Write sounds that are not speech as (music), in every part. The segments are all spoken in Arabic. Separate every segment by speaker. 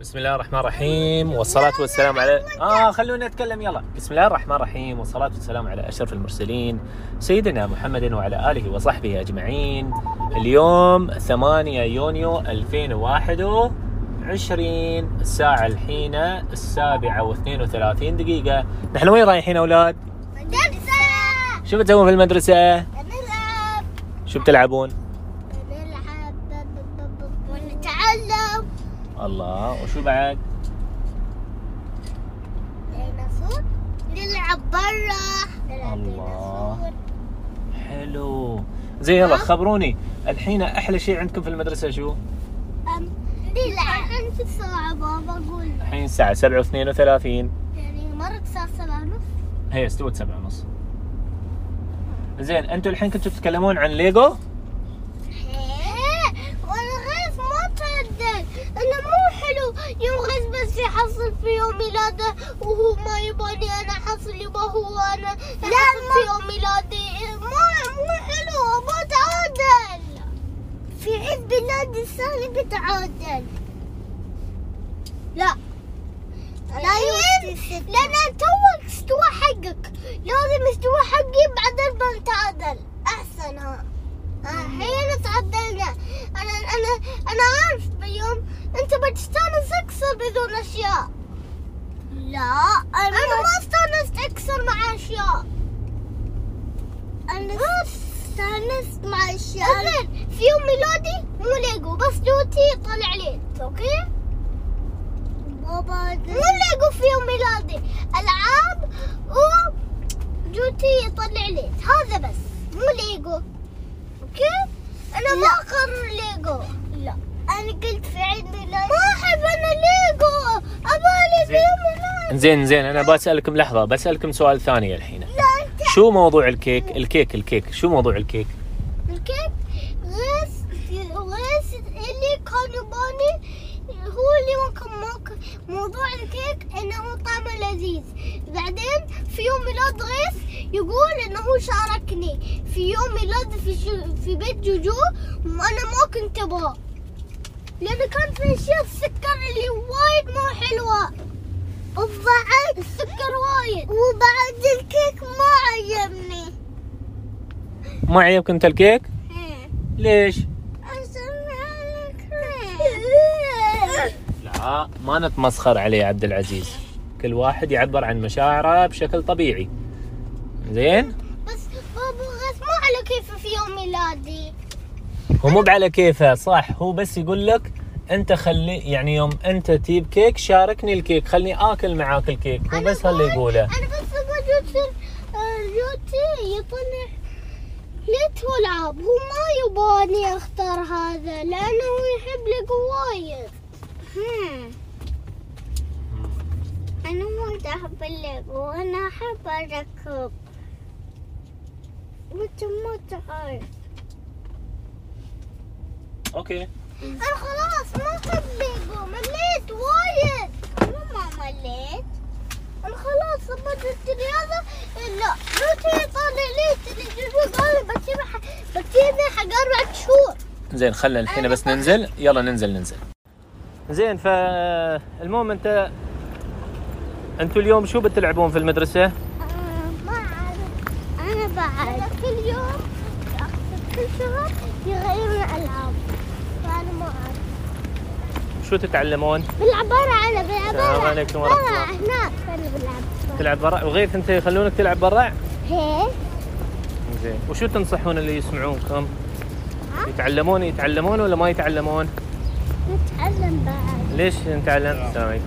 Speaker 1: بسم الله الرحمن الرحيم والصلاة والسلام على آه خلونا نتكلم يلا بسم الله الرحمن الرحيم والصلاة والسلام على أشرف المرسلين سيدنا محمد وعلى آله وصحبه أجمعين اليوم 8 يونيو 2021 الساعة الحين السابعة و32 دقيقة نحن وين رايحين أولاد؟
Speaker 2: مدرسة
Speaker 1: شو بتسوون في المدرسة؟
Speaker 2: نلعب
Speaker 1: شو بتلعبون؟
Speaker 2: نلعب ونتعلم
Speaker 1: الله وشو بعد؟
Speaker 2: ديناصور نلعب برا نلعب
Speaker 1: الله.
Speaker 2: ديناصور.
Speaker 1: حلو زي يلا خبروني الحين أحلى شيء عندكم في المدرسة شو؟
Speaker 2: أم، نلعب انت الساعة بابا قول
Speaker 1: الحين الساعة 7 و32
Speaker 2: يعني مرة الساعة سبعة ونص
Speaker 1: هي استوت 7 ونص زين انتوا الحين كنتوا تتكلمون عن ليجو؟
Speaker 2: إيه، والغيث ما تعدل انا مو حلو يوم غيث بس يحصل في يوم ميلاده وهو ما يباني انا احصل يبا هو انا احصل في يوم ميلادي ما مو حلو ما تعادل في عيد ميلادي الثاني بتعادل لا لا يوم لان توك استوى حقك لازم استوى حقي بعدين بنتعادل احسن ها الحين تعدلنا انا انا انا عارف بيوم انت بتستانس اكثر بدون اشياء لا انا, أنا ما استانست اكثر مع اشياء انا استانست مع اشياء زين في يوم ميلادي مو ليجو بس دوتي طلع لي اوكي بابا مو ليجو في يوم ميلادي العاب و جوتي يطلع لي هذا بس مو ليجو اوكي انا ما اقرر ليجو لا انا قلت في عيد ميلادي ما احب انا ليجو ابالي في
Speaker 1: زين.
Speaker 2: يوم ميلادي
Speaker 1: زين زين انا بسألكم لحظة بسألكم سؤال ثاني الحين
Speaker 2: لا انت
Speaker 1: شو موضوع الكيك؟ الكيك الكيك شو موضوع الكيك؟
Speaker 2: الكيك غيس غيس اللي كان يباني هو اللي ما كان ماك- موضوع الكيك انه طعمه لذيذ بعدين في يوم ميلاد غيس يقول انه هو شاركني في يوم ميلاد في شو- في بيت جوجو وانا ما كنت ابغاه لانه كان في اشياء السكر اللي وايد مو حلوه وبعد السكر وايد وبعد الكيك ما عجبني
Speaker 1: ما عجبكم انت الكيك؟ ليش؟ لا ما نتمسخر عليه يا عبد العزيز كل واحد يعبر عن مشاعره بشكل طبيعي زين؟
Speaker 2: بس بابا غاز ما على كيفه إيه، في يوم ميلادي
Speaker 1: هو مو على كيفه صح هو بس يقول لك انت خلي يعني يوم انت تجيب كيك شاركني الكيك خلني اكل معاك الكيك هو
Speaker 2: أنا
Speaker 1: بس هاللي
Speaker 2: بقول-
Speaker 1: يقوله
Speaker 2: انا بس ابغى جوتي آه، جوتي يطلع ليت والعاب هو ما يباني اختار هذا لانه هو يحب لي وايد انا ما احب الليجو انا احب اركب وانت ما تعرف
Speaker 1: اوكي
Speaker 2: انا خلاص ما صدقوا مليت وايد مو ما مليت انا خلاص بدت الرياضة لا روتي طالع لي تلفزيون قال بتجيب بتجيب حق اربع شهور
Speaker 1: زين خلنا الحين بس ننزل يلا ننزل ننزل زين فالمهم انت انتوا اليوم شو بتلعبون في المدرسه؟
Speaker 2: آه، ما اعرف انا بعد كل يوم كل شهر يغيرون العاب فانا ما اعرف
Speaker 1: شو تتعلمون؟
Speaker 2: بلعب برا انا بلعب برا
Speaker 1: السلام عليكم ورحمة
Speaker 2: برا
Speaker 1: الله.
Speaker 2: هناك انا بلعب برا.
Speaker 1: تلعب برا وغيث انت يخلونك تلعب برا؟
Speaker 2: هيك
Speaker 1: زين وشو تنصحون اللي يسمعونكم؟ يتعلمون يتعلمون ولا ما يتعلمون؟
Speaker 2: نتعلم بعد
Speaker 1: ليش نتعلم؟ السلام عليكم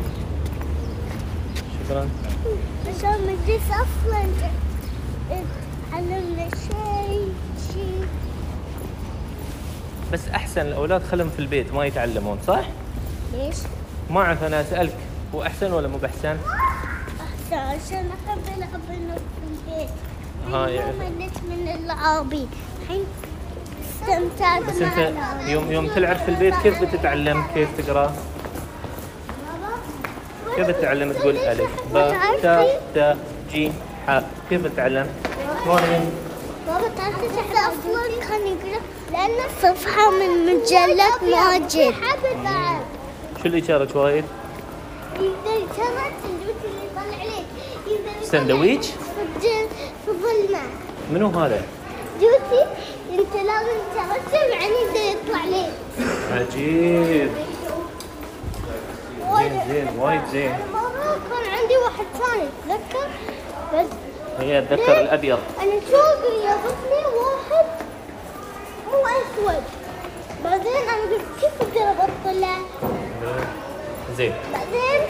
Speaker 1: شكرا
Speaker 2: عشان مجلس اصلا علمنا شيء شيء
Speaker 1: بس احسن الاولاد خلهم في البيت ما يتعلمون صح؟
Speaker 2: ليش؟
Speaker 1: ما اعرف انا اسالك هو احسن ولا مو باحسن؟
Speaker 2: أحسن عشان احب العب أنا في البيت
Speaker 1: ها،
Speaker 2: أنا
Speaker 1: يعني-
Speaker 2: ما مليت من العابي الحين استمتعت
Speaker 1: بس
Speaker 2: مع
Speaker 1: انت
Speaker 2: العاب.
Speaker 1: يوم يوم تلعب في البيت كيف بتتعلم؟ كيف تقرا؟ كيف بتتعلم تقول الف با تا تا جيم ح كيف بتتعلم؟ شلون؟
Speaker 2: بابا تعرف إحنا اصلا كان يقرا لان صفحه من مجله ماجد
Speaker 1: شو اللي شارك وايد؟
Speaker 2: يقدر يشرب سندويش اللي يطلع لك يقدر يطلع
Speaker 1: سندويش؟
Speaker 2: في الج- في الظلمة
Speaker 1: منو هذا؟
Speaker 2: جوتي انت لازم ترسم عن يقدر يطلع لك
Speaker 1: عجيب زين زين وايد زين
Speaker 2: مرة كان عندي واحد ثاني تذكر بس
Speaker 1: هي اتذكر الابيض
Speaker 2: انا شوق يابسني واحد مو اسود بعدين انا قلت كيف اقدر ابطله
Speaker 1: زين
Speaker 2: بعدين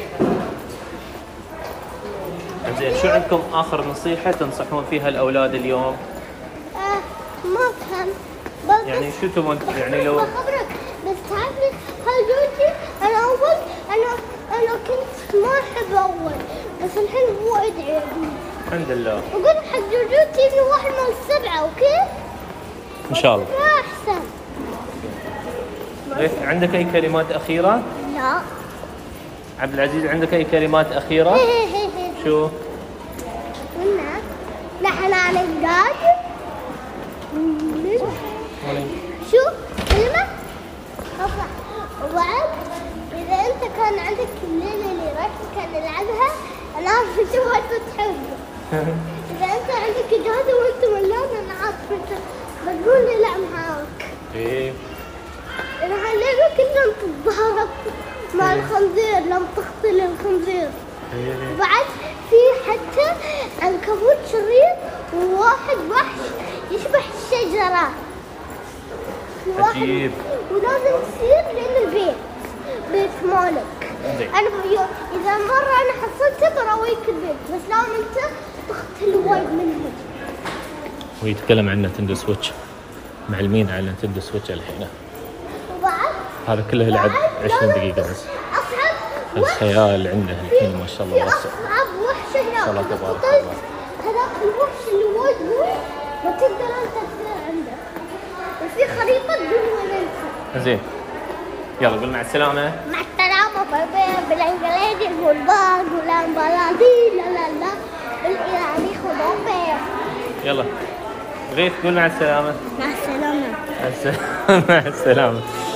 Speaker 1: زين شو عندكم اخر نصيحه تنصحون فيها الاولاد اليوم؟
Speaker 2: آه ما فهم بس
Speaker 1: يعني شو تبون يعني لو
Speaker 2: بخبرك بس تعرفني هالجوتي انا اول انا انا كنت ما احب اول بس الحين وايد عجبني
Speaker 1: الحمد لله
Speaker 2: وقلت حق جوجوتي انه واحد من السبعه اوكي؟
Speaker 1: ان شاء الله
Speaker 2: ما احسن
Speaker 1: إيه، عندك اي كلمات اخيره؟
Speaker 2: لا
Speaker 1: عبد العزيز عندك اي كلمات اخيره؟ شو؟
Speaker 2: قلنا نحن على الجاد شو كلمة أطلع وبعد إذا أنت كان عندك الليلة اللي راح كان نلعبها أنا عارفة أنت ما تحبه إذا أنت عندك إجازة وأنت ملان أنا عارفة أنت بقول لي لا معاك
Speaker 1: ايه
Speaker 2: أنا هالليلة كنا نتضارب مع الخنزير لم تقتل الخنزير
Speaker 1: إيه.
Speaker 2: وبعد في حتى عنكبوت شرير وواحد وحش يشبح الشجرة وواحد-
Speaker 1: عجيب.
Speaker 2: ولازم تصير للبيت بيت مالك
Speaker 1: زين.
Speaker 2: انا بيو... اذا مرة انا حصلته براويك البيت بس لازم انت تقتل وايد منهم
Speaker 1: ويتكلم عن نتندو سويتش معلمين على نتندو سويتش الحين
Speaker 2: وبعد
Speaker 1: هذا كله لعب 20
Speaker 2: بعد لازم
Speaker 1: دقيقة بس
Speaker 2: اصعب وحش
Speaker 1: الخيال عنده الحين ما شاء
Speaker 2: في
Speaker 1: الله واسع
Speaker 2: اصعب وحش هناك
Speaker 1: شاء الله
Speaker 2: إذا
Speaker 1: تبارك
Speaker 2: قتلت
Speaker 1: الله.
Speaker 2: هذاك الوحش اللي وايد قوي ما تقدر انت تصير عنده وفي خريطة بدون ما ننسى
Speaker 1: زين يلا قول مع السلامة
Speaker 2: مع السلامة باي باي بالانجليزي والباق والامبلادي لا لا لا بالايراني خضافي
Speaker 1: يلا غيث قول مع السلامة
Speaker 2: مع السلامة
Speaker 1: مع السلامة (laughs) مع السلامة